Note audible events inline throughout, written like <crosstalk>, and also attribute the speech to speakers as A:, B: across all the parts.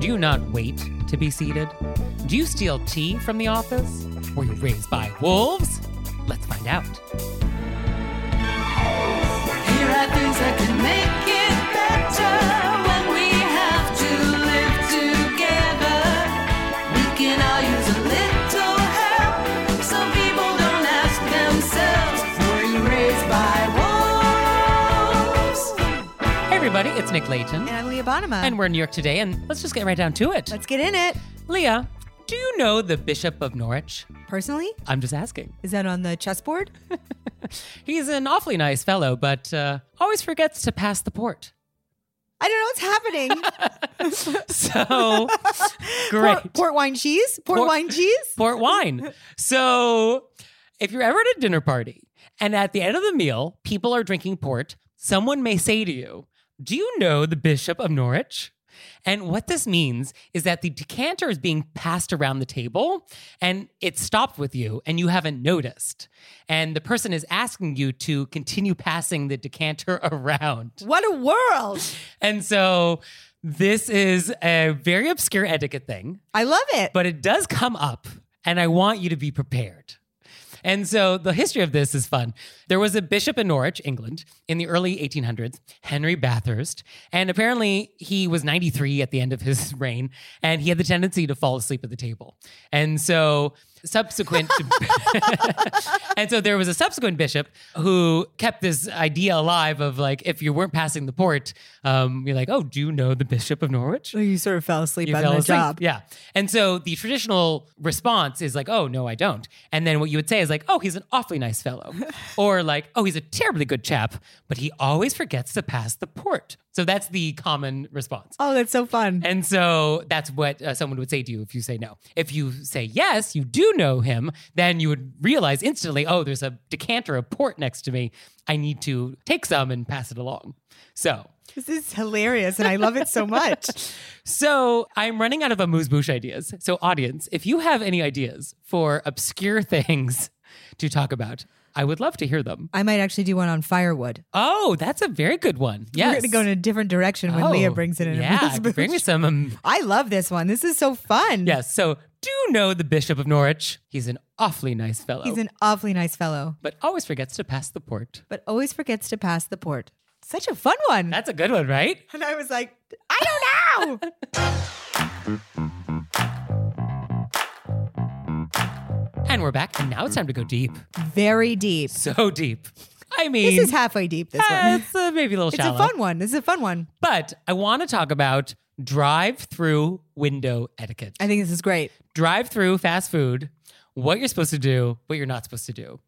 A: Do you not wait to be seated? Do you steal tea from the office? Were you raised by wolves? Let's find out.
B: Here are things that can make it better when we have to live together. We can all use a little help. Some people don't ask themselves, were you raised by wolves?
A: Hey everybody, it's Nick Layton.
C: And I'm Leah Bonema.
A: And we're in New York today, and let's just get right down to it.
C: Let's get in it.
A: Leah, do you know the Bishop of Norwich?
C: Personally,
A: I'm just asking.
C: is that on the chessboard? <laughs>
A: He's an awfully nice fellow, but uh, always forgets to pass the port. <laughs>
C: I don't know what's happening.
A: So <laughs> great.
C: Port, Oh, port wine cheese? Port,
A: Port-
C: wine cheese?
A: port wine. So, if you're ever at a dinner party and at the end of the meal, people are drinking port, someone may say to you, Do you know the Bishop of Norwich? And what this means is that the decanter is being passed around the table and it stopped with you and you haven't noticed. And the person is asking you to continue passing the decanter <laughs> around.
C: What a world.
A: And so, this is a very obscure etiquette thing
C: I love it.
A: but it does come up, and I want you to be prepared. And so the history of this is fun. There was a bishop in Norwich, England, in the early 1800s, Henry Bathurst. And apparently he was 93 at the end of his <laughs> reign, and he had the tendency to fall asleep at the table. And so subsequent to. <laughs> and so there was a subsequent bishop who kept this idea alive of like, if you weren't passing the port, um, you're like, oh, do you know the bishop of Norwich?
C: Oh, you sort of fell asleep
A: You fell asleep. Yeah. And so the traditional response is like, oh, no, I don't. And then what you would say is like, oh, he's an awfully nice fellow. or like, oh, he's a terribly good chap, but he always forgets to pass the port. So that's the common response.
C: Oh, that's so fun.
A: And so that's what uh, someone would say to you if you say no. If you say yes, you do know him, then you would realize instantly, oh, there's a decanter of port next to me. I need to take some and pass it along. So
C: This is hilarious, and I love it so much.
A: <laughs> So I'm running out of amuse bouche ideas. So audience, if you have any ideas for obscure <laughs> things to talk about, I would love to hear them.
C: I might actually do one on firewood.
A: Oh, that's a very good one. Yes.
C: We're going to go in a different direction when
A: Oh,
C: Leah brings it in.
A: Yeah, bring me
C: <laughs>
A: some. Um,
C: I love this one. This is so fun.
A: yes. So do you know the Bishop of Norwich? He's an awfully nice fellow,
C: He's an awfully nice fellow,
A: but always forgets to pass the port.
C: but always forgets to pass the port. Such a fun one.
A: That's a good one, right?
C: and I was like, I don't know.
A: And we're back, and now it's time to go deep. <laughs>
C: Very deep.
A: So deep. I mean,
C: This is halfway deep, this
A: eh,
C: one.
A: it's uh, maybe a little
C: <laughs> It's
A: shallow.
C: a fun one. This is a fun one.
A: But I want to talk about drive through window etiquette.
C: I think this is great.
A: Drive through fast food, what you're supposed to do, what you're not supposed to do.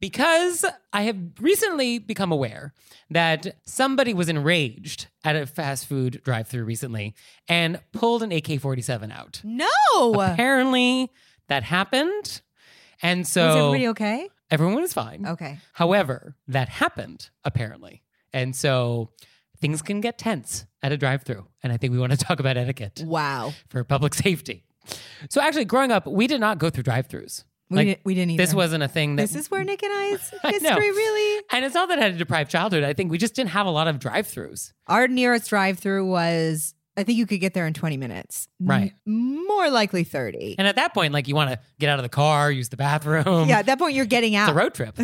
A: Because I have recently become aware that somebody was enraged at a fast food drive through recently and pulled an AK 47 out.
C: No.
A: Apparently, that happened. And
C: Is
A: so
C: everybody okay?
A: everyone was fine.
C: Okay.
A: However, that happened apparently. And so things can get tense at a drive through. And I think we want to <laughs> talk about etiquette
C: Wow.
A: for public safety. So, actually, growing up, we did not go through drive throughs.
C: We, didn't, we didn't either.
A: This wasn't a thing that
C: This is where Nick and I's
A: <laughs> I know.
C: history really.
A: And it's not that I had a deprived childhood. I think we just didn't have a lot of drive throughs.
C: Our nearest drive through was, I think you could get there in 20 minutes. M-
A: Right.
C: more likely 30.
A: And at that point, like you want to get out of the car, use the bathroom.
C: yeah, at that point, you're getting
A: It's <laughs>
C: out.
A: a road
C: <laughs>
A: trip.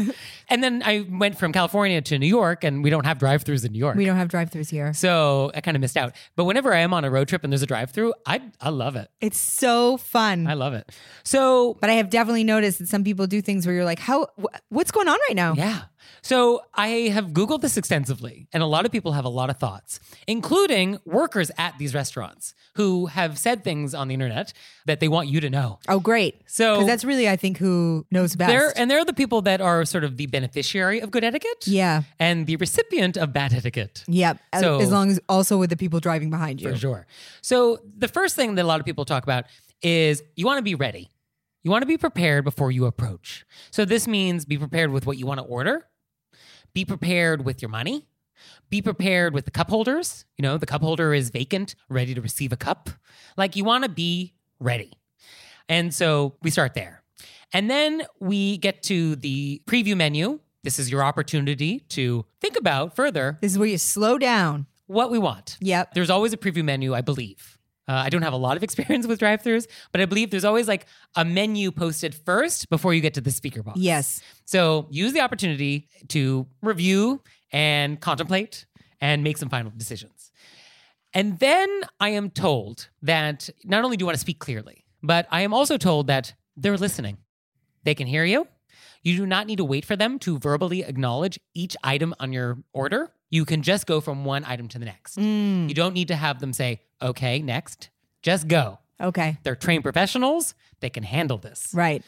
A: and then I went from California to New York, and we don't have drive throughs in New York.
C: We don't have drive throughs here.
A: So I kind of missed out. But whenever I am on a road trip and there's a drive through, I, I love it.
C: It's so fun.
A: I love it. So,
C: but I have definitely noticed that some people do things where you're like, how, wh- what's going on right now?
A: yeah. So I have Googled this extensively, and a lot of people have a lot of thoughts, including workers at these restaurants who have said things on the internet that they want you to know.
C: Oh, great.
A: So
C: Because that's really, I think, who knows best.
A: They're, and they're the people that are sort of the beneficiary of good etiquette
C: yeah.
A: and the recipient of bad etiquette.
C: Yep. As-
A: So-
C: as long as also with the people driving behind you.
A: For sure. So, the first thing that a lot of people talk about is you want to be ready. You want to be prepared before you approach. So, this means be prepared with what you want to order, be prepared with your money, be prepared with the cup holders. You know, the cup holder is vacant, ready to receive a cup. Like, you want to be ready. And so we start there. And then we get to the preview menu. This is your opportunity to think about further
C: This is where you slow down.
A: what we want.
C: Yep.
A: There's always a preview menu, I believe. Uh, I don't have a lot of <laughs> experience with drive throughs, but I believe there's always like a menu posted first before you get to the speaker box.
C: Yes.
A: So use the opportunity to review and contemplate and make some final decisions. And then I am told that not only do you want to speak clearly, but I am also told that they're listening. They can hear you. You do not need to wait for them to verbally acknowledge each item on your order. You can just go from one item to the next. You don't need to have them say, okay, next. Just go.
C: Okay.
A: They're trained professionals. They can handle this.
C: Right.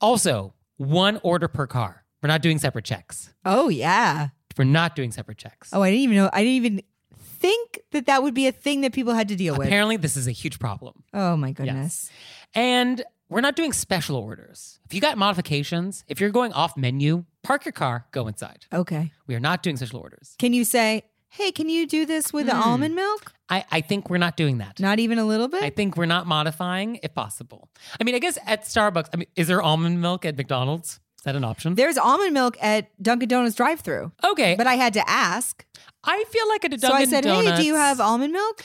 A: Also, one order per car. We're not doing separate checks.
C: Oh, yeah.
A: We're not doing separate checks.
C: Oh, I didn't even know. I didn't even think that that would be a thing that people had to deal with.
A: Apparently, this is a huge problem.
C: Oh, my goodness.
A: And we're not doing special orders. If you got modifications, if you're going off menu, park your car, go inside.
C: Okay.
A: We are not doing special orders.
C: Can you say, hey, can you do this with the
A: Mm.
C: almond milk?
A: I, I think we're not doing that.
C: Not even a little bit?
A: I think we're not modifying if possible. I mean, I guess at Starbucks, I mean, is there almond milk at McDonald's? Is that an option?
C: There's almond milk at Dunkin' Donuts drive through,
A: Okay.
C: but I had to ask.
A: I feel like at a
C: So I
A: Dunkin'
C: said, hey,
A: Donuts- Mm.
C: do you have almond milk?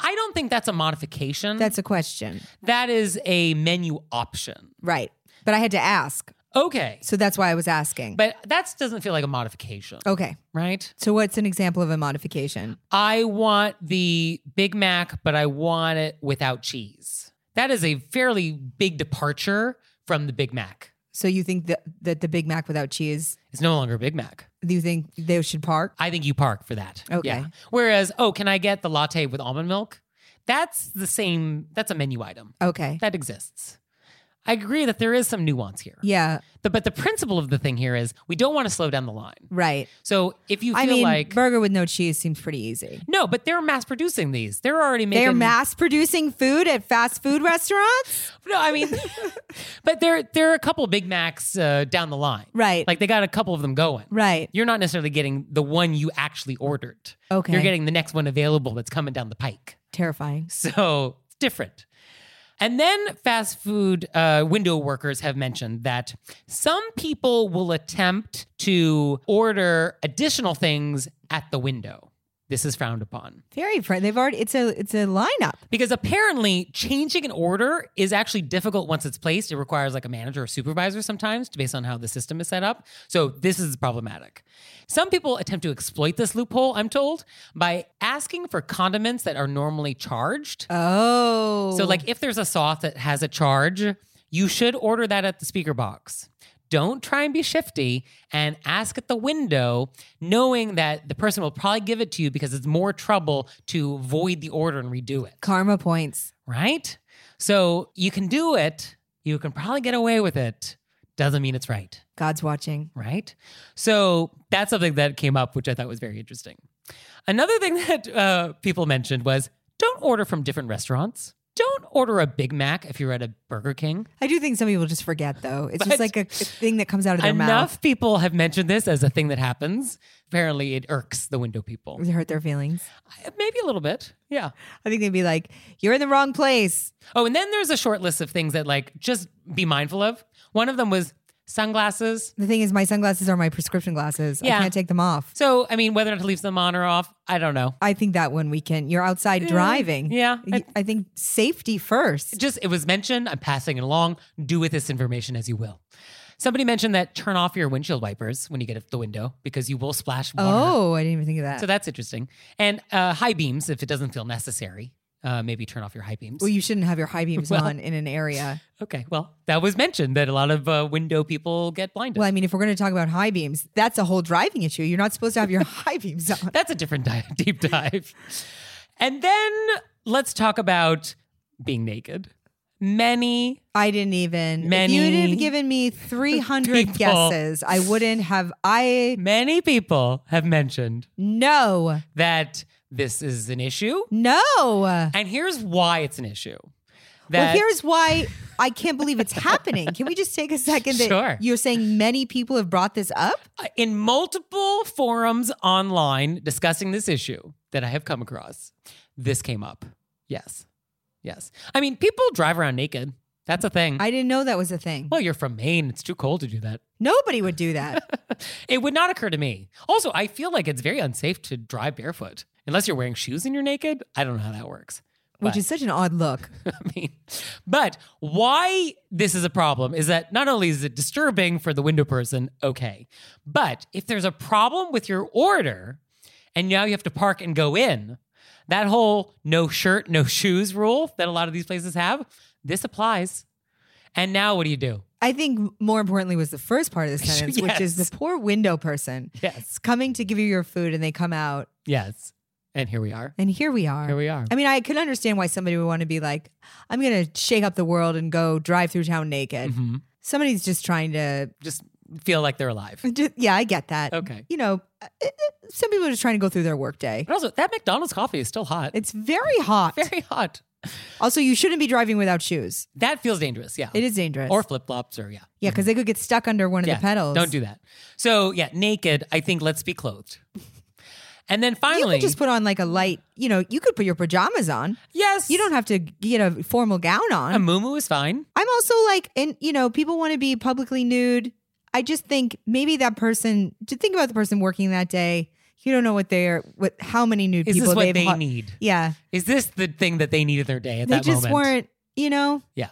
A: I don't think that's a modification.
C: That's a question.
A: that is a menu option.
C: Right. But I had to ask.
A: Okay.
C: So that's why I was asking.
A: But that doesn't feel like a modification,
C: okay.
A: right?
C: So what's an example of a modification?
A: I want the Big Mac, but I want it without cheese. That is a fairly big departure from the Big Mac.
C: So you think that, that the Big Mac without cheese,
A: It's no longer a Big Mac.
C: do you think they should park?
A: I think you park for that.
C: Okay.
A: Whereas, oh, can I get the latte with almond milk? That's the same, that's a menu item
C: Okay.
A: that exists. I agree that there is some nuance here.
C: Yeah,
A: The- but the principle of the thing here is we don't want to slow down the line.
C: right.
A: So if you feel
C: I mean,
A: like
C: burger with no cheese seems pretty easy.
A: no, but they're mass producing these. They're already making
C: They're mass producing food at fast food restaurants?
A: No, I
C: <laughs>
A: mean, but there there are a couple Big Macs uh, down the line,
C: Right.
A: Like they got a couple of them going.
C: Right.
A: You're not necessarily getting the one you actually ordered.
C: Okay.
A: You're getting the next one available that's coming down the pike. <laughs>
C: Terrifying.
A: So it's different. And then fast food uh, window workers have mentioned that some people will attempt to order additional things at the window. This is frowned upon
C: Very friend. They've already it's a it's a lineup.
A: because apparently changing an order is actually difficult once it's placed. It requires like a manager or supervisor sometimes, based on how the system is set up. So this is problematic. Some people attempt to exploit this loophole, I'm told, by asking for condiments that are normally charged.
C: Oh.
A: So, like, if there's a sauce that has a charge, you should order that at the speaker box. Don't try and be shifty and ask at the window, knowing that the person will probably give it to you because it's more trouble to void the order and redo it,
C: karma points.
A: right? So, you can do it, you can probably get away with it. Doesn't mean it's right,
C: God's watching.
A: right? So, that's something that came up, which I thought was very <laughs> interesting. Another thing that uh, people mentioned was don't order from different restaurants. don't order a Big Mac if you're at a Burger King.
C: I do think some people just forget though. It's
A: But-
C: just like a, a thing that comes out of their
A: Enough
C: mouth.
A: people have mentioned this as a thing that happens. Apparently, it irks the window people.
C: It hurt their feelings.
A: I- Maybe a little bit. Yeah.
C: I think they'd be like, "You're in the wrong place."
A: Oh, and then there's a short list of things that, like, just be mindful of. One of them was sunglasses.
C: The thing is, my sunglasses are my prescription glasses.
A: Yeah.
C: I can't take them off.
A: So, I mean, whether or not to leave them on or off, I don't know.
C: I think that one weekend you're outside driving.
A: Mm, yeah.
C: Y- I think safety first.
A: Just, it was mentioned. I'm passing it along. Do with this information as you will. Somebody mentioned that turn off your windshield wipers when you get out the window because you will splash water.
C: Oh, I didn't even think of that.
A: So that's interesting. And uh, high beams, if it doesn't feel necessary, uh, maybe turn off your high beams.
C: well, you shouldn't have your high beams
A: Well-
C: on in
A: <laughs>
C: an area.
A: okay, well, that was mentioned that a lot of uh, window people get blinded.
C: Well, I mean, if we're going to talk about high beams, that's a whole driving issue. You're not supposed to have your <laughs> high beams on.
A: That's a different di- <laughs> deep dive. And then let's talk about being naked. Many,
C: I didn't even.
A: Many
C: If you'd have given me 300
A: people.
C: guesses, I wouldn't have. I.
A: many people have mentioned
C: No.
A: that this is an issue.
C: No.
A: And here's why it's an issue.
C: well,
A: That
C: here's why I can't believe it's happening. Can we just take a second? That
A: Sure.
C: You're saying many people have brought this up?
A: in multiple forums online discussing this issue that I have come across, this came up. Yes. Yes. I mean, people drive around naked. That's a thing.
C: I didn't know that was a thing.
A: well, you're from Maine. It's too cold to do that. <laughs>
C: Nobody would do that.
A: It would not occur to me. Also, I feel like it's very unsafe to drive barefoot unless you're wearing shoes and you're naked. I don't know how that works.
C: Which
A: But-
C: is such an odd look.
A: <laughs> I mean, but why this is a problem is that not only is it disturbing for the window person, okay, but if there's a problem with your order and now you have to park and go in, that whole no shirt, no shoes rule that a lot of these places have, this applies. And now what do you do?
C: I think more importantly was the first
A: <laughs>
C: part of the sentence, which is
A: Yes.
C: the poor window person
A: Yes.
C: is coming to give you your food and they come out
A: Yes. And here we are.
C: and here we are.
A: Here we are.
C: I mean, I could understand why somebody would want to be like, I'm going to shake up the world and go drive through town naked.
A: Mhm.
C: Somebody's just trying to,
A: Just feel like they're alive.
C: just, yeah, I get that.
A: Okay.
C: You know, uh, uh, some people are just trying to go through their workday.
A: But also, that McDonald's coffee is still hot.
C: It's very hot.
A: very hot.
C: Also, you shouldn't be driving without shoes.
A: That feels dangerous. Yeah.
C: It is dangerous.
A: Or flip flops, or yeah.
C: yeah, because they could get stuck under one of
A: yeah.
C: the pedals.
A: Don't do that. So, yeah, naked, I think let's be clothed. And then
C: You
A: finally,
C: could just put on like a light, you know, you could put your pajamas on.
A: yes,
C: You don't have to get a formal gown on.
A: a muumuu is fine.
C: I'm also like, and you know, people want to be publicly nude. I just think maybe that person to think about the person working that day. You don't know what they're, what how many nude
A: Is
C: people
A: this what
C: they've
A: they
C: ha-
A: need?
C: Yeah,
A: Is this the thing that they need in their day at
C: they
A: that
C: just
A: moment?
C: weren't. You know,
A: Yeah.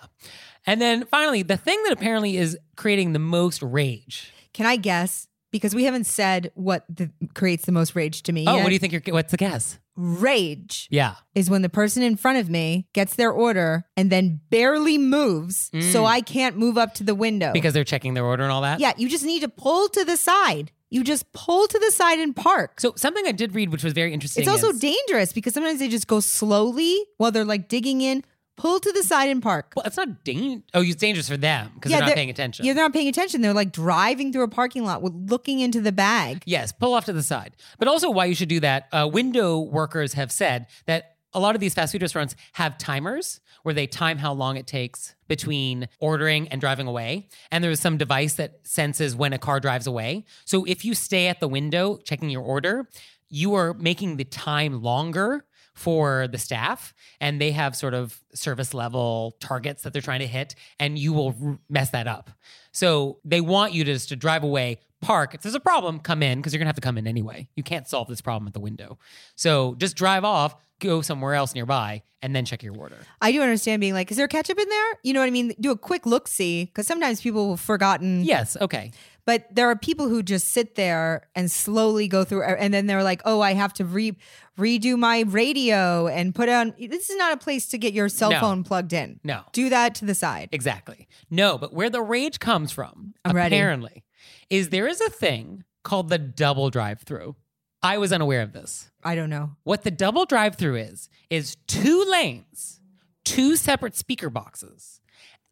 A: And then finally, the thing that apparently is creating the most rage.
C: can I guess? Because we haven't said what the, creates the most rage to me.
A: Oh,
C: yet.
A: what do you think? You're, what's the guess?
C: Rage
A: Yeah.
C: is when the person in front of me gets their order and then barely moves, so I can't move up to the window.
A: Mm. Because they're checking their order and all that.
C: Oh. yeah, you just need to pull to the side. You just pull to the side and park.
A: So something I did read, which was very interesting.
C: It's also
A: is-
C: dangerous because sometimes they just go slowly while they're like digging in, pull to the side and park.
A: well, it's not dangerous. Oh, it's dangerous for them because they're not paying attention.
C: Yeah, they're not paying attention. They're like driving through a parking lot with looking into the bag.
A: Yes, pull off to the side. But also, why you should do that, uh, window workers have said that a lot of these fast food restaurants have timers where they time how long it takes between ordering and driving away. And there is some device that senses when a car drives away. So if you stay at the window checking your order, you are making the time longer for the staff and they have sort of service level targets that they're trying to hit and you will r- mess that up so they want you to just to drive away park if there's a problem come in because you're gonna have to come in anyway you can't solve this problem at the window so just drive off go somewhere else nearby and then check your order
C: I do understand being like, is there ketchup in there? You know what I mean? Do a quick look see because sometimes people have forgotten.
A: yes okay
C: But there are people who just sit there and slowly go through, and then they're like, "Oh, I have to re- redo my radio and put on." This is not a place to get your cell
A: No.
C: phone plugged in.
A: No.
C: do that to the side.
A: Exactly. No, but where the rage comes from,
C: I'm ready.
A: apparently, is there is a thing called the double drive through. I was unaware of this.
C: I don't know.
A: What the double drive through is, is two lanes, two separate speaker boxes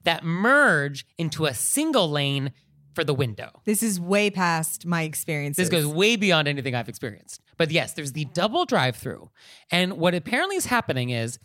A: that merge into a single lane for the window.
C: This is way past my experiences.
A: This goes way beyond anything I've experienced. But yes, there's the double drive through. And what apparently is happening is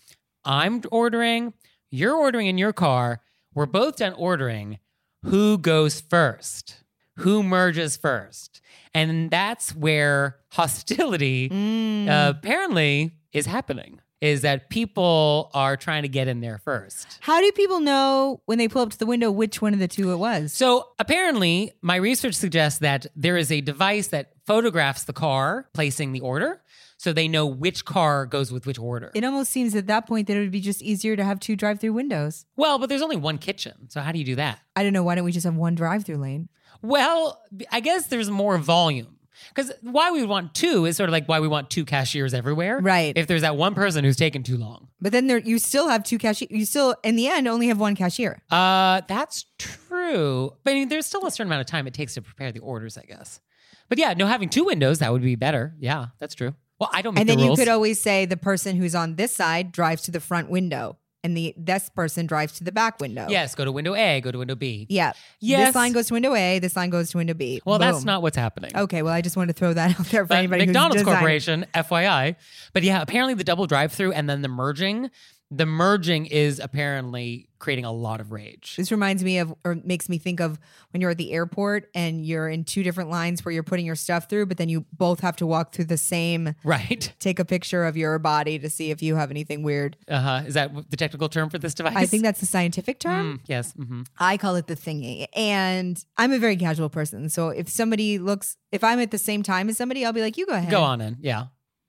A: I'm ordering, you're ordering in your car, we're both done ordering. Who goes first? Who merges first? And that's where hostility
C: Mm.
A: uh, apparently is happening is that people are trying to get in there first.
C: How do people know when they pull up to the window which one of the two it was?
A: So apparently, my research suggests that there is a device that photographs the car placing the order so they know which car goes with which order.
C: it almost seems at that point that it would be just easier to have two drive-through windows.
A: well, but there's only one kitchen. So how do you do that?
C: I don't know. Why don't we just have one drive-through lane?
A: Well, I guess there's more volume. Because why we would want two is sort of like why we want two cashiers everywhere.
C: Right.
A: If there's that one person who's taking too long.
C: But then there, you still have two cashier. You still, in the end, only have one cashier.
A: Uh, that's true. But I mean, there's still a certain amount of time it takes to prepare the orders, I guess. But yeah, no, having two windows that would be better. Yeah, that's true. Well, I don't make
C: and
A: the
C: then you
A: rules.
C: could always say the person who's on this side drives to the front window, and the this person drives to the back window.
A: yes, go to window A, go to window B.
C: Yeah.
A: Yes.
C: This line goes to window A. This line goes to window B.
A: Well, that's
C: Boom.
A: not what's happening.
C: Okay. Well, I just wanted to throw that <laughs> out there for
A: But
C: anybody
A: McDonald's
C: who's designing-
A: Corporation, FYI. But yeah, apparently the double drive-through and then the merging, the merging is apparently creating a lot of rage.
C: This reminds me of, or makes me think of when you're at the airport and you're in two different lines where you're putting your stuff through, but then you both have to walk through the same,
A: <laughs> Right?
C: take a picture of your body to see if you have anything weird.
A: Uh-huh. Is that the technical term for this device?
C: I think that's the scientific term.
A: <laughs> Mm, yes. hmm
C: I call it the thingy. And I'm a very casual person. So if somebody looks, if I'm at the same time as somebody, I'll be like, you go ahead.
A: Go on in. Yeah.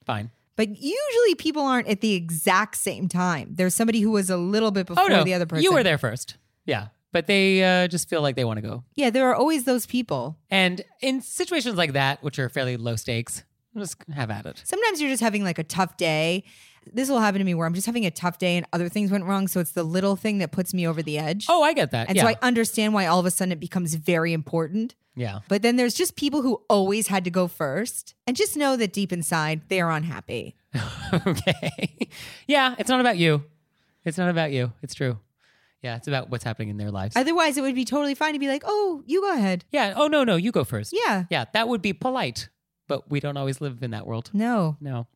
A: Fine.
C: But usually people aren't at the exact same time. There's somebody who was a little bit before the other person.
A: Oh, You were there first. Yeah. But they uh, just feel like they want to go.
C: Yeah, there are always those people.
A: And in situations like that, which are fairly low stakes, just have at it.
C: Sometimes you're just having like a tough day. This will happen to me where I'm just having a tough day and other things went wrong. So it's the little thing that puts me over the edge.
A: Oh, I get that.
C: and
A: yeah.
C: so I understand why all of a sudden it becomes very important.
A: yeah.
C: But then there's just people who always had to go first. And just know that deep inside, they're unhappy.
A: <laughs> okay. yeah. It's not about you. It's not about you. It's true. Yeah. It's about what's happening in their lives.
C: Otherwise, it would be totally fine to be like, oh, you go ahead.
A: yeah. Oh, no, no. You go first.
C: Yeah.
A: Yeah. That would be polite. But we don't always live in that world.
C: No.
A: No.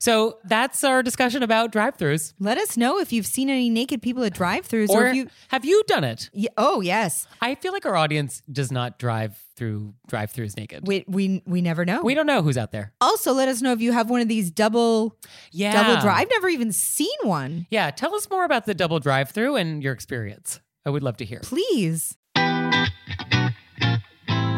A: So that's our discussion about drive throughs.
C: Let us know if you've seen any naked people at drive throughs or,
A: Or
C: if you.
A: have you done it?
C: Y- oh, yes.
A: I feel like our audience does not drive through drive throughs naked.
C: We, we, we never know.
A: We don't know who's out there.
C: also, let us know if you have one of these double
A: Yeah.
C: double drive. I've never even seen one.
A: Yeah. Tell us more about the double drive through and your experience. I would love to hear.
C: Please.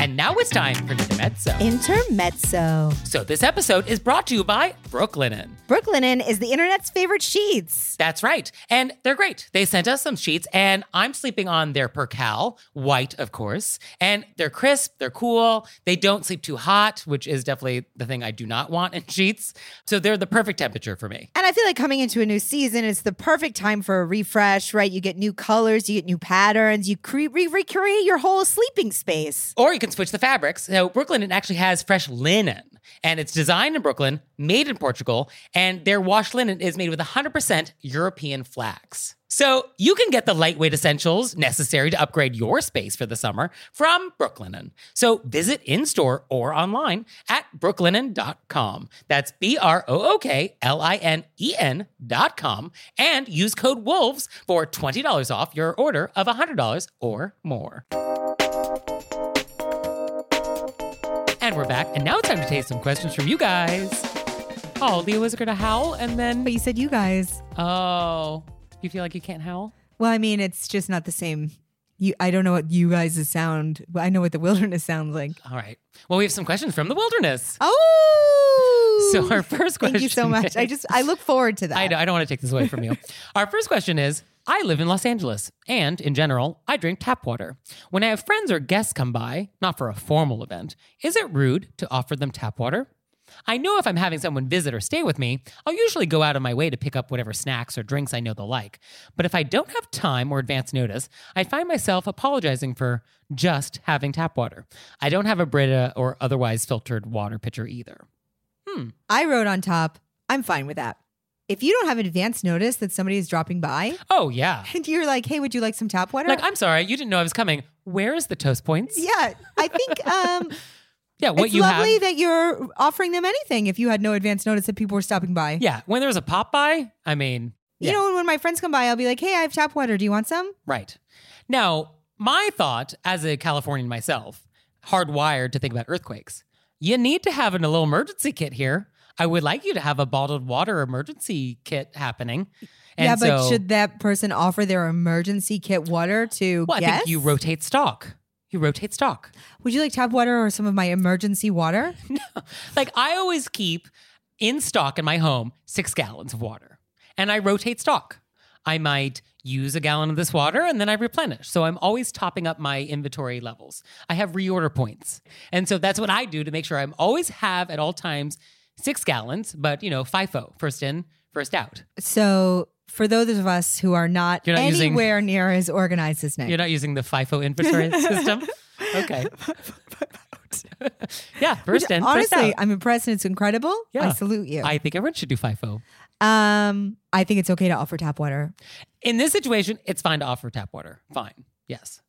A: And now it's time for Intermezzo.
C: Intermezzo.
A: So this episode is brought to you by Brooklinen.
C: Brooklinen is the internet's favorite sheets.
A: That's right. And they're great. They sent us some sheets, and I'm sleeping on their percal, white, of course. And they're crisp, they're cool, they don't sleep too hot, which is definitely the thing I do not want in sheets. So they're the perfect temperature for me.
C: And I feel like coming into a new season, it's the perfect time for a refresh, right? You get new colors, you get new patterns, you cre- re- recreate your whole sleeping space.
A: Or you can switch the fabrics. So Brooklyn actually has fresh linen, and it's designed in Brooklyn, made in Portugal, and their wash linen is made with 100% European flax. So you can get the lightweight essentials necessary to upgrade your space for the summer from Brooklinen. So visit in store or online at brooklinen.com. That's B R O O K L I N E N.com, and use code WOLVES for $20 off your order of $100 or more. And we're back. And now it's time to take some questions from you guys. Oh, Leah was going to howl and then.
C: But you said you guys.
A: Oh, you feel like you can't howl?
C: Well, I mean, it's just not the same. You, I don't know what you guys' sound. but I know what the <laughs> wilderness sounds like.
A: All right. Well, we have some questions from the wilderness.
C: Oh,
A: So our first question.
C: <laughs> thank you so much. I
A: is-
C: just I look forward to that.
A: I, don't- I don't want to take this away from you. Our first question is I live in Los Angeles, and in general, I drink tap water. When I have friends or guests come by, not for a formal event, is it rude to offer them tap water? I know if I'm having someone visit or stay with me, I'll usually go out of my way to pick up whatever snacks or drinks I know they'll like. But if I don't have time or advance notice, I find myself apologizing for just having tap water. I don't have a Brita or otherwise filtered water pitcher either.
C: I wrote on top. I'm fine with that. If you don't have advance notice that somebody is dropping by, <laughs>
A: Oh, yeah.
C: and you're like, "Hey, would you like some tap water?"
A: Like, I'm sorry, you didn't know I was coming. Where is the toast points?
C: yeah, I think um,
A: Yeah, <laughs> what
C: it's
A: you
C: lovely
A: have.
C: that you're offering them anything. If you had no advance notice that people were stopping by,
A: yeah, when there's a pop by, I mean,
C: you
A: yeah,
C: know, when my friends come by, I'll be like, "Hey, I have tap water. Do you want some?"
A: right. Now, my thought as a Californian myself, hardwired to think about earthquakes, you need to have an little emergency kit here. I would like you to have a bottled water emergency kit happening. And
C: yeah, but
A: so-
C: should that person offer their emergency kit water to
A: well, I
C: guests?
A: think you rotate stock. You rotate stock.
C: Would you like tap water or some of my emergency water?
A: Like I always keep in stock in my home six gallons of water, and I rotate stock. I might use a gallon of this water and then I replenish. So I'm always topping up my inventory levels. I have reorder points, and so that's what I do to make sure I'm always have at all times six gallons. But you know, FIFO, first in, first out.
C: So, for those of us who are not,
A: You're not using-
C: anywhere near as organized as Nick,
A: You're not using the FIFO inventory system. Okay. <laughs> yeah, first in, first out.
C: honestly, I'm impressed and it's incredible. I
A: Yeah.
C: salute you.
A: I think everyone should do FIFO.
C: um, I think it's okay to offer tap water.
A: in this situation, it's fine to offer tap water. Fine. Yes.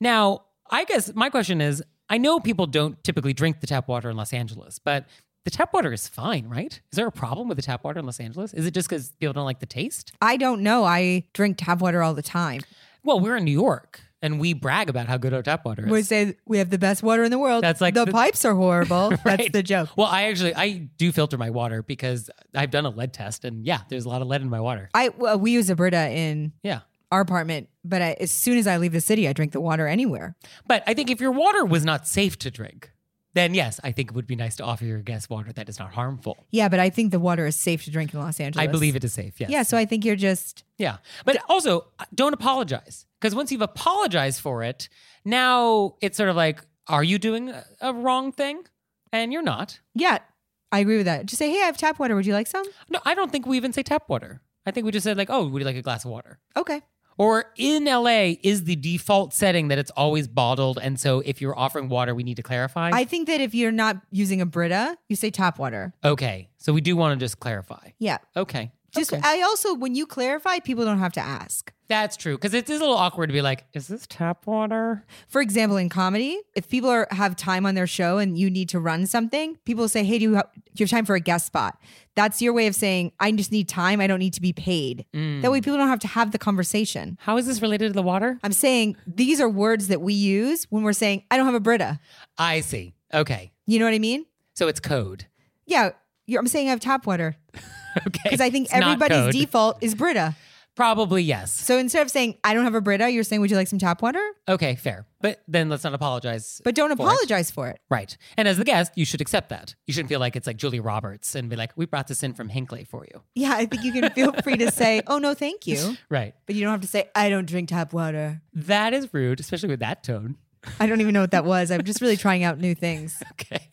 A: Now, I guess my question is I know people don't typically drink the tap water in Los Angeles, but the tap water is fine, right? Is there a problem with the tap water in Los Angeles? Is it just because people don't like the taste?
C: I don't know. I drink tap water all the time.
A: Well, we're in New York and we brag about how good our tap water is.
C: We say we have the best water in the world.
A: That's like
C: the,
A: the-
C: pipes are
A: <laughs>
C: horrible. That's
A: Right.
C: the joke.
A: Well, I actually I do filter my water because I've done a lead test and yeah, there's a lot of lead in my water.
C: I well, we use a Brita in
A: Yeah.
C: our apartment, but I, as soon as I leave the city, I drink the water anywhere.
A: But I think if your water was not safe to drink, then yes, I think it would be nice to offer your guests water that is not harmful.
C: Yeah, but I think the water is safe to drink in Los Angeles.
A: I believe it is safe. Yes.
C: Yeah, so I think you're just
A: Yeah. But also, don't apologize. Because once you've apologized for it, now it's sort of like, are you doing a- a wrong thing? And you're not.
C: yeah. I agree with that. Just say, hey, I have tap water. Would you like some?
A: No, I don't think we even say tap water. I think we just said, like, oh, would you like a glass of water?
C: Okay.
A: Or in LA is the default setting that it's always bottled. And so if you're offering water, we need to clarify.
C: I think that if you're not using a Brita, you say tap water.
A: okay. So we do want to just clarify.
C: Yeah.
A: Okay.
C: Just
A: okay.
C: I also when you clarify, people don't have to ask.
A: That's true. Because it is a little awkward to be like, is this tap water?
C: For example, in comedy, if people are have time on their show and you need to run something, people say, "Hey, do you have, do you have time for a guest spot?" That's your way of saying, "I just need time. I don't need to be paid." That
A: Mm.
C: way, people don't have to have the conversation.
A: How is this related to the water?
C: I'm saying these are words that we use when we're saying, "I don't have a Brita."
A: I see. Okay.
C: You know what I mean?
A: So it's code.
C: Yeah, you're, I'm saying I have tap water
A: <laughs> Okay.
C: because I think
A: It's not
C: everybody's
A: code.
C: default is Brita.
A: Probably yes.
C: So instead of saying I don't have a Brita, you're saying Would you like some tap water?
A: Okay, fair. But then let's not apologize.
C: But don't
A: for it.
C: apologize for it.
A: Right. And as the guest, you should accept that. You shouldn't feel like it's like Julia Roberts and be like, we brought this in from Hinckley for you.
C: Yeah, I think you can feel free to say, "Oh no,
A: <laughs>
C: thank you,"
A: Right.
C: but you don't have to say, "I don't drink tap water."
A: That is rude, especially with that tone. <laughs>
C: I don't even know what that was. I'm just really trying out new things. <laughs>
A: Okay.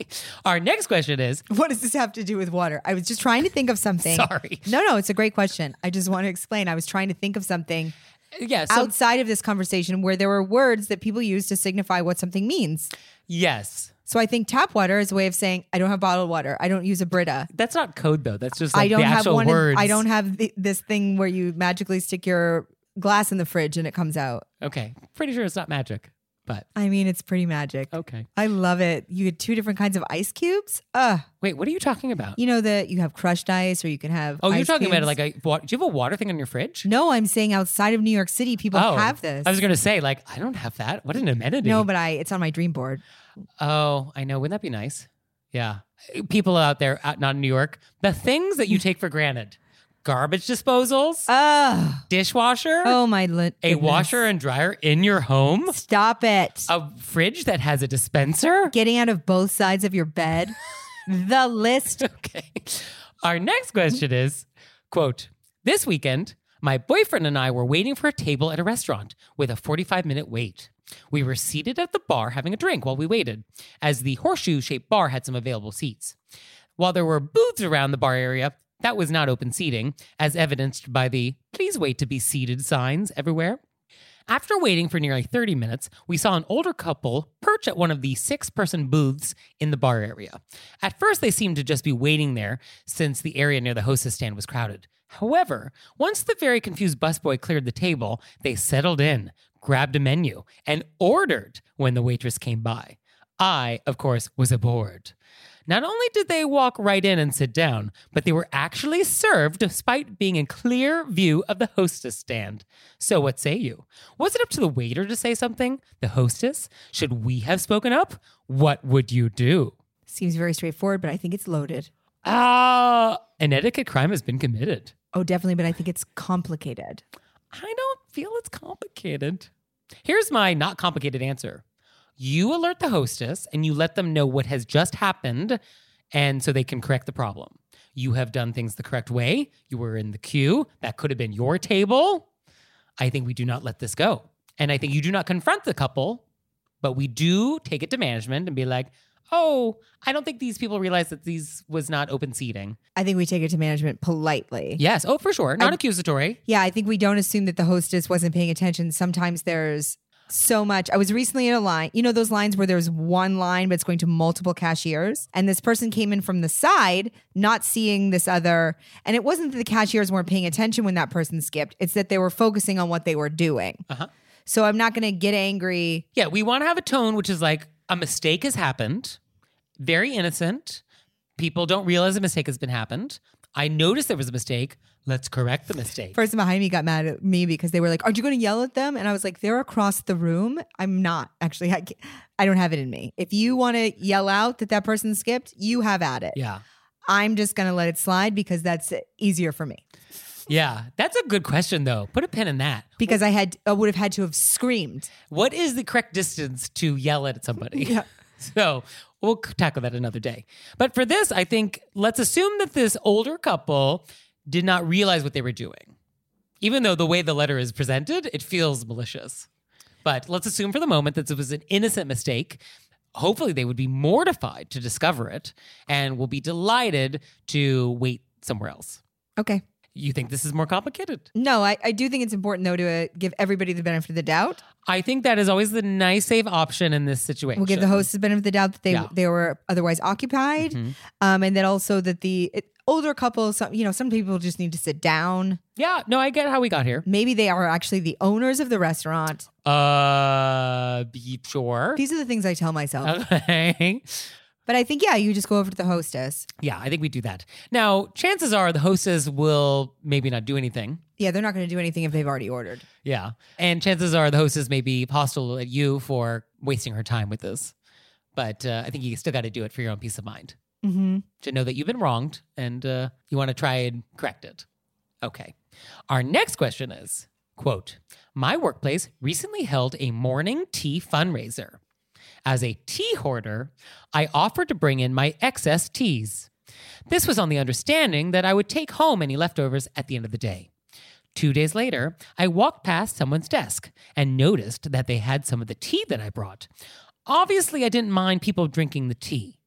A: Our next question is
C: What does this have to do with water? I was just trying to think of something.
A: sorry.
C: No, no, it's a great question. I just want to explain. I was trying to think of something
A: Yes.
C: outside of this conversation where there were words that people use to signify what something means.
A: yes.
C: So I think tap water is a way of saying I don't have bottled water. I don't use a Brita.
A: That's not code though. That's just like
C: I don't
A: the
C: have
A: actual
C: one. in-
A: words.
C: I don't have th- this thing where you magically stick your glass in the fridge and it comes out.
A: <laughs> Okay. Pretty sure it's not magic, but
C: I mean, it's pretty magic.
A: okay.
C: I love it. You get two different kinds of ice cubes. Ugh.
A: Wait, what are you talking about?
C: You know that you have crushed ice, or you can have.
A: Oh, you're
C: ice
A: talking about
C: cubes.
A: like a water. Do you have a water thing on your fridge?
C: No, I'm saying outside of New York City, people have this.
A: Oh, I was going to say, like, I don't have that. What an amenity.
C: no, but I. It's on my dream board.
A: Oh, I know. Wouldn't that be nice? Yeah. People out there, out, not in New York, the things that you take for granted garbage disposals,
C: Oh,
A: dishwasher,
C: oh my lit.
A: a
C: goodness.
A: washer and dryer in your home,
C: Stop it.
A: a fridge that has a dispenser.
C: Getting out of both sides of your bed. <laughs> the
A: <laughs>
C: list.
A: Okay. Our next question is quote, this weekend, my boyfriend and I were waiting for a table at a restaurant with a 45 minute wait. We were seated at the bar having a drink while we waited, as the horseshoe shaped bar had some available seats. While there were booths around the bar area, that was not open seating, as evidenced by the please wait to be seated signs everywhere. After waiting for nearly 30 minutes, we saw an older couple perch at one of the six person booths in the bar area. At first, they seemed to just be waiting there since the area near the hostess stand was crowded. However, once the very confused busboy cleared the table, they settled in, grabbed a menu, and ordered when the waitress came by. I, of course, was aboard. Not only did they walk right in and sit down, but they were actually served despite being in clear view of the hostess stand. So, what say you? Was it up to the waiter to say something? The hostess? Should we have spoken up? What would you do?
C: Seems very straightforward, but I think it's loaded.
A: Ah, an etiquette crime has been committed.
C: Oh, definitely, but I think it's complicated.
A: I don't feel it's complicated. Here's my not complicated answer you alert the hostess and you let them know what has just happened, and so they can correct the problem. You have done things the correct way. You were in the queue. That could have been your table. I think we do not let this go. And I think you do not confront the couple, but we do take it to management and be like, oh, I don't think these people realize that these was not open seating.
C: I think we take it to management politely.
A: Yes. Oh, for sure. Not accusatory.
C: Yeah, I think we don't assume that the hostess wasn't paying attention. Sometimes there's so much. I was recently in a line, you know, those lines where there's one line, but it's going to multiple cashiers. And this person came in from the side, not seeing this other. And it wasn't that the cashiers weren't paying attention when that person skipped, it's that they were focusing on what they were doing.
A: Uh-huh.
C: So I'm not going to get angry.
A: Yeah, we want to have a tone which is like a mistake has happened, very innocent. People don't realize a mistake has been happened. I noticed there was a mistake. Let's correct the mistake.
C: Person behind me got mad at me because they were like, Aren't you going to yell at them? And I was like, They're across the room. I'm not actually, I, can't- I don't have it in me. If you want to yell out that that person skipped, you have at it.
A: yeah.
C: I'm just going to let it slide because that's easier for me.
A: Yeah. That's a good question though. Put a pin in that.
C: Because I had I would have had to have screamed.
A: What is the correct distance to yell at somebody?
C: Yeah.
A: <laughs> So we'll c- tackle that another day. But for this, I think let's assume that this older couple did not realize what they were doing. Even though the way the letter is presented, it feels malicious. But let's assume for the moment that it was an innocent mistake. Hopefully, they would be mortified to discover it and will be delighted to wait somewhere else.
C: Okay.
A: You think this is more complicated?
C: No, I, I do think it's important though to uh, give everybody the benefit of the doubt.
A: I think that is always the nice, safe option in this situation.
C: We'll give the hosts the benefit of the doubt that they
A: Yeah.
C: they were otherwise occupied,
A: Mhm.
C: um, and that also that the it, older couple, some you know, some people just need to sit down.
A: Yeah, no, I get how we got here.
C: Maybe they are actually the owners of the restaurant.
A: Uh, be sure.
C: These are the things I tell myself.
A: <laughs> Uh-huh. Okay.
C: But I think yeah, you just go over to the hostess.
A: Yeah, I think we do that. Now, chances are the hostess will maybe not do anything.
C: Yeah, they're not going to do anything if they've already ordered.
A: Yeah. And chances are the hostess may be hostile at you for wasting her time with this. But uh, I think you still got to do it for your own peace of mind
C: Mm-hmm.
A: to know that you've been wronged and uh, you want to try and correct it. Okay. Our next question is quote, my workplace recently held a morning tea fundraiser. As a tea hoarder, I offered to bring in my excess teas. This was on the understanding that I would take home any leftovers at the end of the day. Two days later, I walked past someone's desk and noticed that they had some of the tea that I brought. Obviously, I didn't mind people drinking the tea.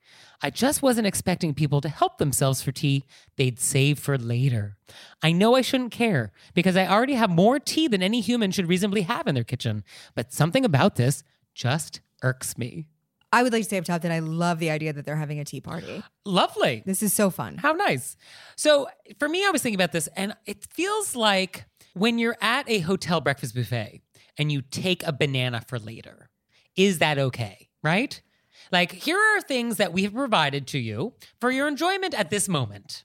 A: I just wasn't expecting people to help themselves for tea they'd save for later. I know I shouldn't care because I already have more tea than any human should reasonably have in their kitchen, but something about this just irks me.
C: I would like to say up top that I love the idea that they're having a tea party.
A: Lovely.
C: This is so fun.
A: How nice. So for me, I was thinking about this, and it feels like when you're at a hotel breakfast buffet and you take a banana for later, is that okay? Right? Like, here are things that we have provided to you for your enjoyment at this moment,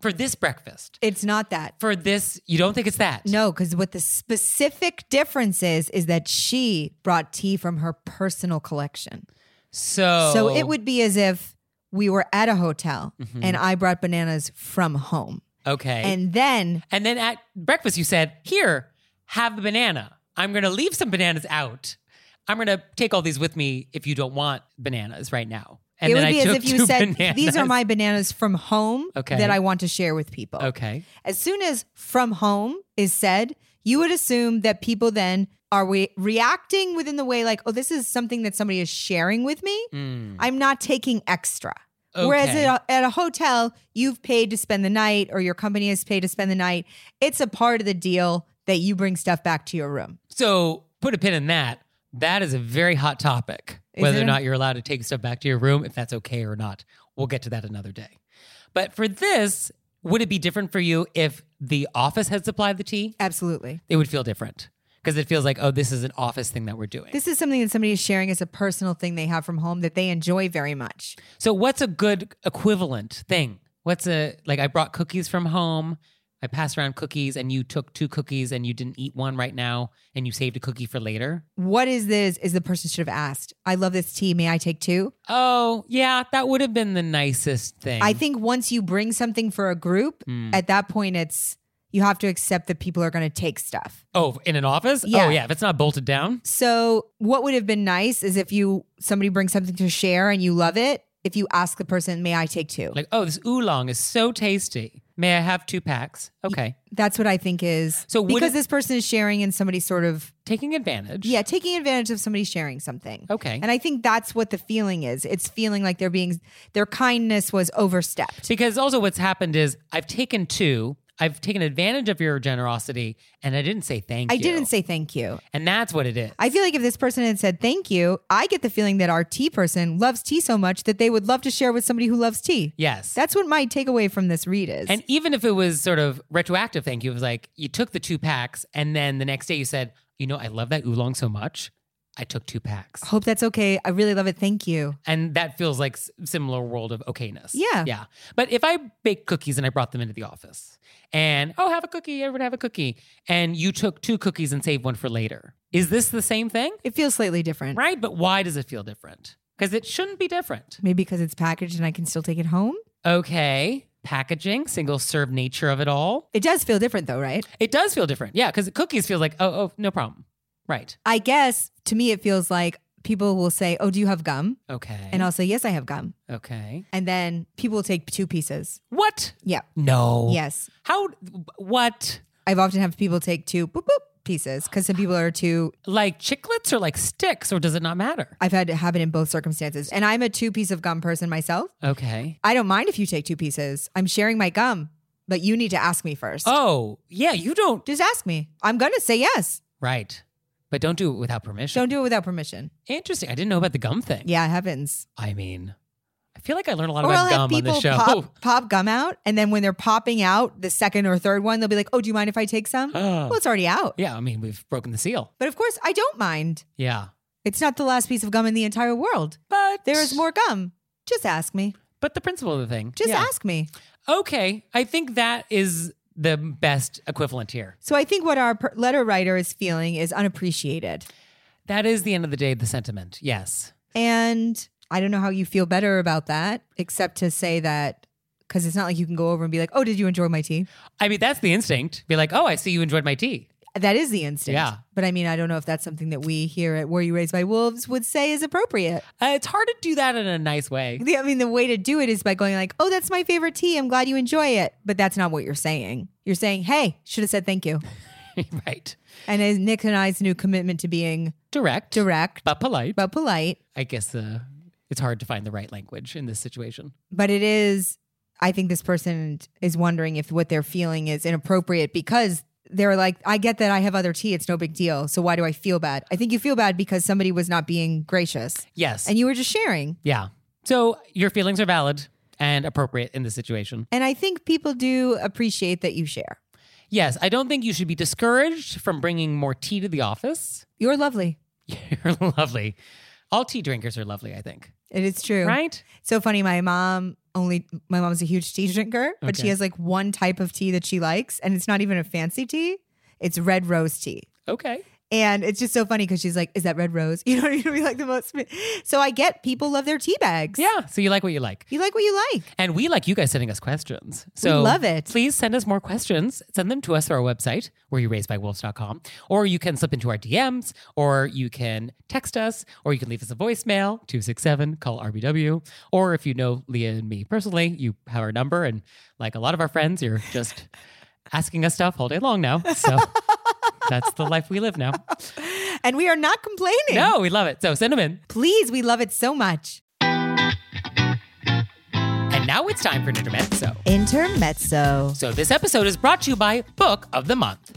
A: for this breakfast,
C: It's not that.
A: for this. You don't think it's that?
C: No, because what the specific difference is, is that she brought tea from her personal collection.
A: So,
C: So it would be as if we were at a hotel and I brought bananas from home.
A: Okay.
C: And then
A: And then at breakfast, you said, Here, have a banana. I'm going to leave some bananas out. I'm going to take all these with me if you don't want bananas right now. And
C: it would
A: then
C: be
A: I
C: as
A: took
C: if you
A: two
C: said,
A: bananas.
C: These are my bananas from home
A: Okay.
C: that I want to share with people.
A: <laughs> Okay.
C: As soon as from home is said, you would assume that people then are we reacting within the way like, oh, this is something that somebody is sharing with me.
A: Mm.
C: I'm not taking extra. Whereas
A: Okay.
C: at a, at a hotel, you've paid to spend the night or your company has paid to spend the night. It's a part of the deal that you bring stuff back to your room.
A: So put a pin in that. That is a very hot topic,
C: Is
A: whether
C: it?
A: or not you're allowed to take stuff back to your room, if that's okay or not. We'll get to that another day. But for this, would it be different for you if the office had supplied the tea?
C: Absolutely.
A: It would feel different because it feels like, oh, this is an office thing that we're doing.
C: This is something that somebody is sharing as a personal thing they have from home that they enjoy very much.
A: So what's a good equivalent thing? What's a like I brought cookies from home. I passed around cookies and you took two cookies and you didn't eat one right now and you saved a cookie for later.
C: What is this? Is the person should have asked, I love this tea. May I take two?
A: Oh, yeah, that would have been the nicest thing.
C: I think once you bring something for a group,
A: Mm.
C: at that point, it's you have to accept that people are going to take stuff.
A: Oh, in an office?
C: Yeah.
A: Oh yeah, if it's not bolted down.
C: So, what would have been nice is if you somebody brings something to share and you love it, if you ask the person, "May I take two?
A: Like, oh, this oolong is so tasty. May I have two packs? Okay.
C: That's what I think is
A: So would
C: because
A: it-
C: this person is sharing and somebody sort of
A: Taking advantage.
C: yeah taking advantage of somebody sharing something.
A: Okay.
C: And I think that's what the feeling is. It's feeling like they're being their kindness was overstepped.
A: Because also what's happened is I've taken two, I've taken advantage of your generosity, and I didn't say thank
C: I
A: you.
C: didn't say thank you.
A: and that's what it is.
C: I feel like if this person had said thank you, I get the feeling that our tea person loves tea so much that they would love to share with somebody who loves tea.
A: Yes.
C: That's what my takeaway from this read is.
A: And even if it was sort of retroactive, thank you, it was like you took the two packs, and then the next day you said, you know, I love that oolong so much. I took two packs.
C: Hope that's okay. I really love it. Thank you.
A: And that feels like s- similar world of okayness.
C: Yeah.
A: Yeah. But if I baked cookies and I brought them into the office and, oh, have a cookie, everyone have a cookie. And you took two cookies and saved one for later. Is this the same thing?
C: It feels slightly different.
A: Right. But why does it feel different? Because it shouldn't be different.
C: Maybe because it's packaged and I can still take it home.
A: Okay. Packaging, single serve nature of it all.
C: It does feel different though, right?
A: It does feel different. Yeah, because cookies feels like, oh, oh, no problem. Right.
C: I guess to me, it feels like people will say, Oh, do you have gum?
A: Okay.
C: And I'll say, Yes, I have gum.
A: okay.
C: And then people will take two pieces.
A: What?
C: Yeah.
A: No.
C: Yes.
A: How? What?
C: I've often have people take two boop boop pieces because some people are too
A: Like chiclets or like sticks or does it not matter?
C: I've had to have it in both circumstances. And I'm a two piece of gum person myself.
A: Okay.
C: I don't mind if you take two pieces. I'm sharing my gum, but you need to ask me first.
A: Oh, yeah. You don't.
C: Just ask me. I'm going to say yes.
A: Right. But don't do it without permission.
C: Don't do it without permission.
A: Interesting. I didn't know about the gum thing.
C: Yeah, it happens.
A: I mean, I feel like I learned a lot
C: Or I'll
A: about
C: have
A: gum on
C: people
A: this show.
C: pop, pop gum out. And then when they're popping out the second or third one, they'll be like, oh, do you mind if I
A: <gasps>
C: take some?
A: Oh.
C: Well, it's already out.
A: <laughs> yeah. I mean, we've broken the seal.
C: But of course, I don't mind.
A: Yeah.
C: It's not the last piece of gum in the entire world.
A: But
C: There is more gum. Just ask me.
A: But the principle of the thing.
C: Just
A: Yeah.
C: ask me.
A: Okay. I think that is the best equivalent here.
C: So I think what our per- letter writer is feeling is unappreciated.
A: That is the end of the day, the sentiment. Yes.
C: And I don't know how you feel better about that, except to say that because it's not like you can go over and be like, oh, did you enjoy my tea?
A: I mean, that's the instinct. Be like, oh, I see you enjoyed my tea.
C: That is the instinct.
A: Yeah.
C: But I mean, I don't know if that's something that we here at Were You Raised by Wolves would say is appropriate.
A: Uh, it's hard to do that in a nice way. <laughs>
C: The- I mean, the way to do it is by going like, oh, that's my favorite tea. I'm glad you enjoy it. But that's not what you're saying. You're saying, hey, should have said thank you.
A: right.
C: And as Nick and I's new commitment to being
A: Direct.
C: direct,
A: But polite.
C: but polite,
A: I guess uh, it's hard to find the right language in this situation.
C: but it is i think this person is wondering if what they're feeling is inappropriate because they're like i get that i have other tea it's no big deal so why do i feel bad i think you feel bad because somebody was not being gracious
A: Yes.
C: and you were just sharing
A: yeah. So your feelings are valid and appropriate in this situation.
C: and i think people do appreciate that you share
A: Yes. I don't think you should be discouraged from bringing more tea to the office. <laughs>
C: you're lovely
A: You're lovely. All tea drinkers are lovely, I think.
C: it is true
A: Right?
C: so funny my mom only my mom's a huge tea drinker but she
A: Okay.
C: has like one type of tea that she likes and it's not even a fancy tea it's red rose tea
A: Okay.
C: And it's just so funny because she's like, "Is that red rose?" <laughs> You know what I mean? We like the most. So I get people love their tea bags.
A: Yeah. So you like what you like.
C: you like what you like.
A: And we like you guys sending us questions. So
C: love it.
A: Please send us more questions. Send them to us through our website, where you raised by wolves.com, or you can slip into our DMs, or you can text us, or you can leave us a voicemail, 267, call RBW. Or if you know Leah and me personally, you have our number. And like a lot of our friends, you're
C: <laughs>
A: just asking us stuff all day long now. So that's the life we live now.
C: And we are not complaining.
A: No, we love it. So send them in.
C: Please, we love it so much.
A: And now it's time for an intermezzo.
C: Intermezzo.
A: So this episode is brought to you by Book of the Month.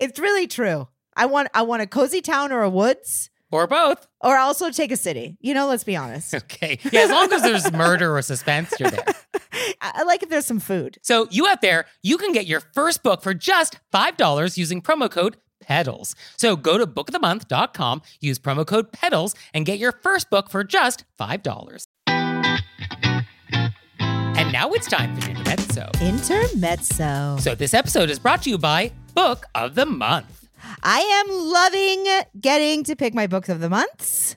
C: It's really true. I want I want a cozy town or a woods.
A: Or both.
C: Or also take a city. You know, let's be honest.
A: Okay. Yeah, as long as there's murder or suspense, you're there.
C: I, I like if there's some food.
A: So, you out there, you can get your first book for just $5 using promo code E PEDALS. So, go to bookofthemonth.com, use promo code E PEDALS, and get your first book for just $5. And now it's time for Intermezzo.
C: Intermezzo.
A: So, this episode is brought to you by Book of the Month.
C: I am loving getting to pick my books of the months.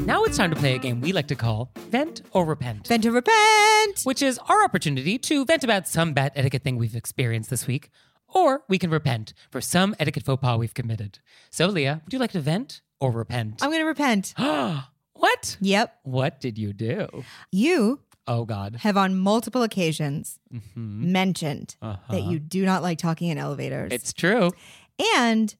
A: now it's time to play a game we like to call Vent or Repent
C: Then to repent.
A: which is our opportunity to vent about some bad etiquette thing we've experienced this week, or we can repent for some etiquette faux pas we've committed. So, Leah, would you like to vent or repent?
C: I'm going to repent.
A: <gasps> what?
C: Yep.
A: What did you do?
C: You
A: Oh, God.
C: have on multiple occasions
A: Mhm.
C: mentioned
A: Uh-huh.
C: that you do not like talking in elevators.
A: It's true.
C: and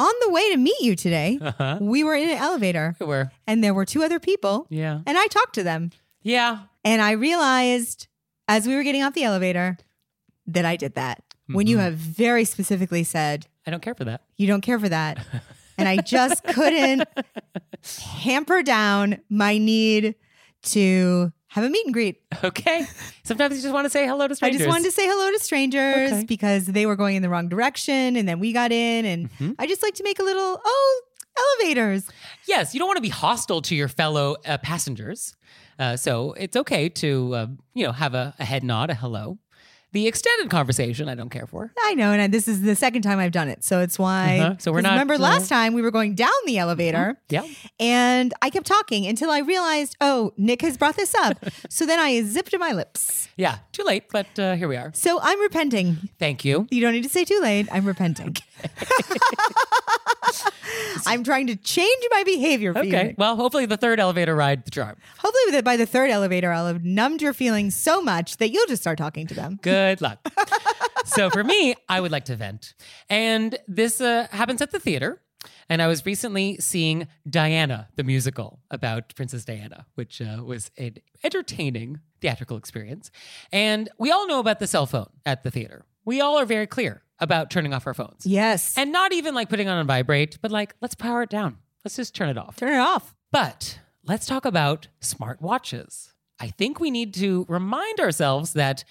C: on the way to meet you today,
A: Uh-huh.
C: we were in an elevator
A: We were.
C: and there were two other people
A: Yeah.
C: and I talked to them.
A: Yeah.
C: And I realized as we were getting off the elevator that I did that. When you
A: Mhm.
C: have very specifically said
A: I don't care for that. <laughs>
C: you don't care for that. And I just couldn't hamper down my need to have a meet and greet.
A: Okay. Sometimes you just want to say hello to
C: I
A: strangers.
C: just wanted to say hello to strangers
A: Okay.
C: because they were going in the wrong direction and then we got in and
A: Mm-hmm.
C: I just like to make a little oh elevators.
A: Yes, you don't want to be hostile to your fellow uh, passengers. Uh, so it's okay to, uh, you know, have a, a head nod, a hello. The extended conversation, I don't care for.
C: I know, and I, this is the second time I've done it, so it's why.
A: Uh-huh. So we're
C: 'cause
A: not,
C: Remember
A: uh, Mm-hmm.
C: last time we were going down the elevator,
A: Yeah.
C: and I kept talking until I realized, oh, Nick has brought
A: <laughs>
C: this up. so then I zipped my lips.
A: Yeah. Too late, but uh, here we are.
C: So I'm repenting.
A: Thank you.
C: You don't need to say too late. I'm repenting. <laughs> I'm trying to change my behavior. For you,
A: Okay.
C: Nick.
A: Well, hopefully the third elevator ride the charm.
C: Hopefully, with it, by the third elevator, I'll have numbed your feelings so much that you'll just start talking to them.
A: Good luck. so for me, I would like to vent. And this uh, happens at the theater. And I was recently seeing Diana, the musical about Princess Diana, which uh, was an entertaining theatrical experience. And we all know about the cell phone at the theater. We all are very clear about turning off our phones.
C: Yes.
A: And not even like putting on a vibrate, but like, let's power it down. Let's just turn it off.
C: Turn it off.
A: But let's talk about smart watches. I think we need to remind ourselves that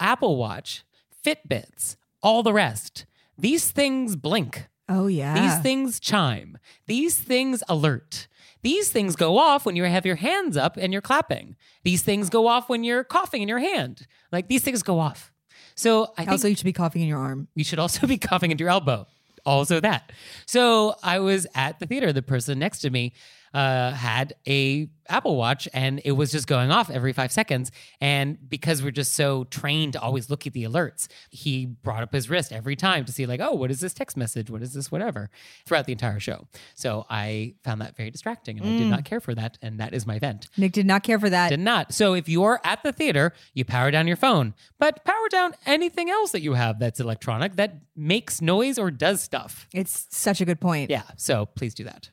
A: Apple Watch, Fitbits, all the rest, these things blink,
C: Oh yeah.
A: these things chime, these things alert. These things go off when you have your hands up and you're clapping. These things go off when you're coughing in your hand. Like these things go off. So I think
C: Also, you should be coughing in your arm.
A: you should also <laughs> be coughing into your elbow. Also that. So I was at the theater. The person next to me uh, had a Apple Watch, and it was just going off every five seconds. And because we're just so trained to always look at the alerts, he brought up his wrist every time to see like, oh, what is this text message? What is this whatever? Throughout the entire show. So I found that very distracting, and I did not care for that. And that is my vent
C: Nick did not care for that.
A: did not. So if you're at the theater, you power down your phone, but power down anything else that you have that's electronic that makes noise or does stuff.
C: It's such a good point.
A: Yeah, so please do that.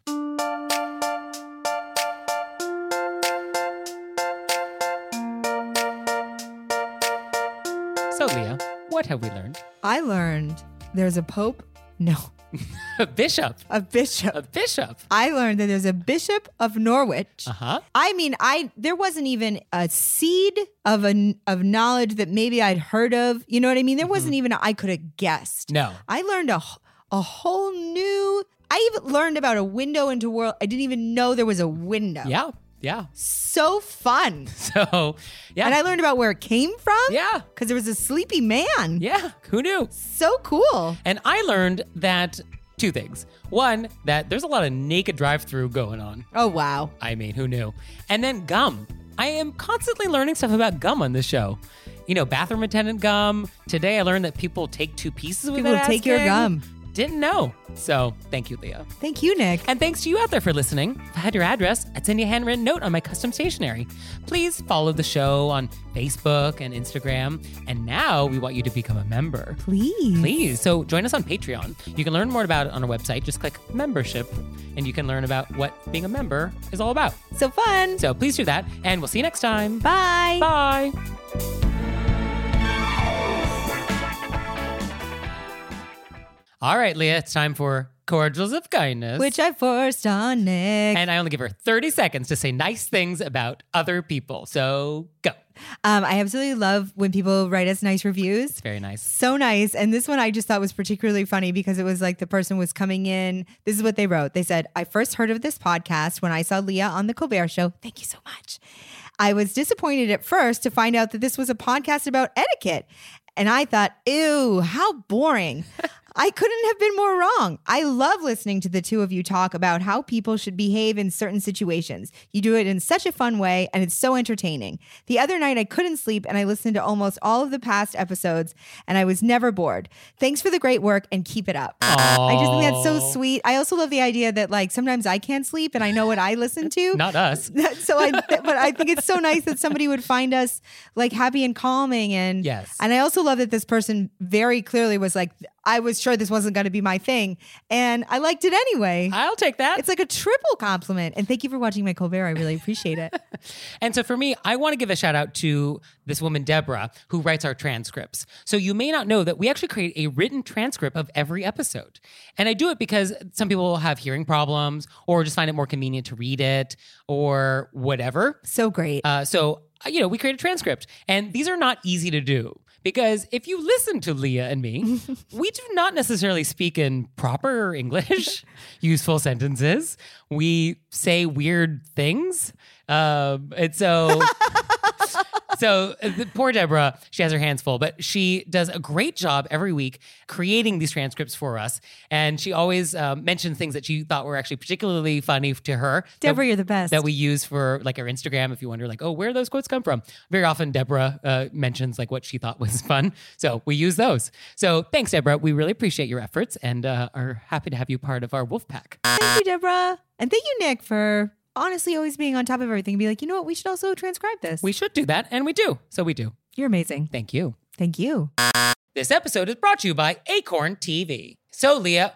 A: So, Leah, what have we learned? <laughs>
C: I learned there's a pope. No,
A: A bishop.
C: a bishop.
A: A bishop.
C: I learned that there's a bishop of Norwich.
A: Uh huh.
C: I mean, I there wasn't even a seed of an of knowledge that maybe I'd heard of. You know what I mean? There wasn't even a, I could have guessed.
A: Mm-hmm. No.
C: I learned a wh- a whole new. I even learned about a window into world. I didn't even know there was a window.
A: Yeah. Yeah. <laughs>
C: So fun.
A: So, yeah.
C: And I learned about where it came from.
A: yeah.
C: Because there was a sleepy man.
A: Yeah. Who knew?
C: So cool.
A: And I learned that two things. One, that there's a lot of naked drive through going on.
C: Oh wow.
A: I mean, who knew? And then gum. I am constantly learning stuff about gum on this show. You know, bathroom attendant gum. Today I learned that people take two pieces of
C: People take your gum.
A: Didn't know. So thank you, Leah.
C: Thank you, Nick.
A: And thanks to you out there for listening. If I had your address, I'd send you a handwritten note on my custom stationery. Please follow the show on Facebook and Instagram. And now we want you to become a member.
C: Please.
A: Please. So join us on Patreon. You can learn more about it on our website. Just click membership and you can learn about what being a member is all about.
C: So fun.
A: So please do that. And we'll see you next time.
C: Bye.
A: Bye. All right, Leah, it's time for Cordials of Kindness.
C: Which I forced on Nick.
A: and I only give her 30 seconds to say nice things about other people. So go.
C: Um, I absolutely love when people write us nice reviews.
A: It's very nice.
C: So nice. And this one I just thought was particularly funny because it was like the person was coming in. This is what they wrote. They said, I first heard of this podcast when I saw Leah on The Colbert Show. Thank you so much. I was disappointed at first to find out that this was a podcast about etiquette. And I thought, ew, how boring. I couldn't have been more wrong. I love listening to the two of you talk about how people should behave in certain situations. You do it in such a fun way and it's so entertaining. The other night I couldn't sleep and I listened to almost all of the past episodes and I was never bored. Thanks for the great work and keep it up. I just think that's so
A: Aw.
C: sweet. I also love the idea that like sometimes I can't sleep and I know what I listen to.
A: Not us.
C: <laughs> so
A: <laughs>
C: I, th- but I think it's so nice that somebody would find us like happy and calming, and
A: Yes.
C: and I also love that this person very clearly was like, I was sure this wasn't going to be my thing, and I liked it anyway.
A: I'll take that.
C: it's like a triple compliment, and thank you for watching my Colbert. I really
A: <laughs>
C: appreciate it.
A: And so for me, I want to give a shout out to this woman, Deborah, who writes our transcripts. So you may not know that we actually create a written transcript of every episode. And I do it because some people have hearing problems or just find it more convenient to read it or whatever.
C: so great.
A: Uh, so, uh, you know, we create a transcript. And these are not easy to do because if you listen to Leah and me, we do not necessarily speak in proper English, use full sentences. We say weird things. Um, and so. So uh, the, poor Deborah, she has her hands full, but she does a great job every week creating these transcripts for us. And she always um, mentions things that she thought were actually particularly funny to her. that-
C: Deborah, you're the best.
A: that we use for like our Instagram. If you wonder, like, oh, where do those quotes come from? Very often, Deborah uh, mentions like what she thought was fun, so we use those. So thanks, Deborah. We really appreciate your efforts and uh, are happy to have you part of our wolf pack.
C: thank you, Deborah, and thank you, Nick, for honestly always being on top of everything. And be like, you know what? We should also transcribe this.
A: We should do that, and we do. So we do.
C: you're amazing.
A: Thank you.
C: Thank you.
A: Uh, This episode is brought to you by Acorn TV. So Leah,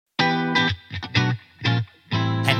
A: And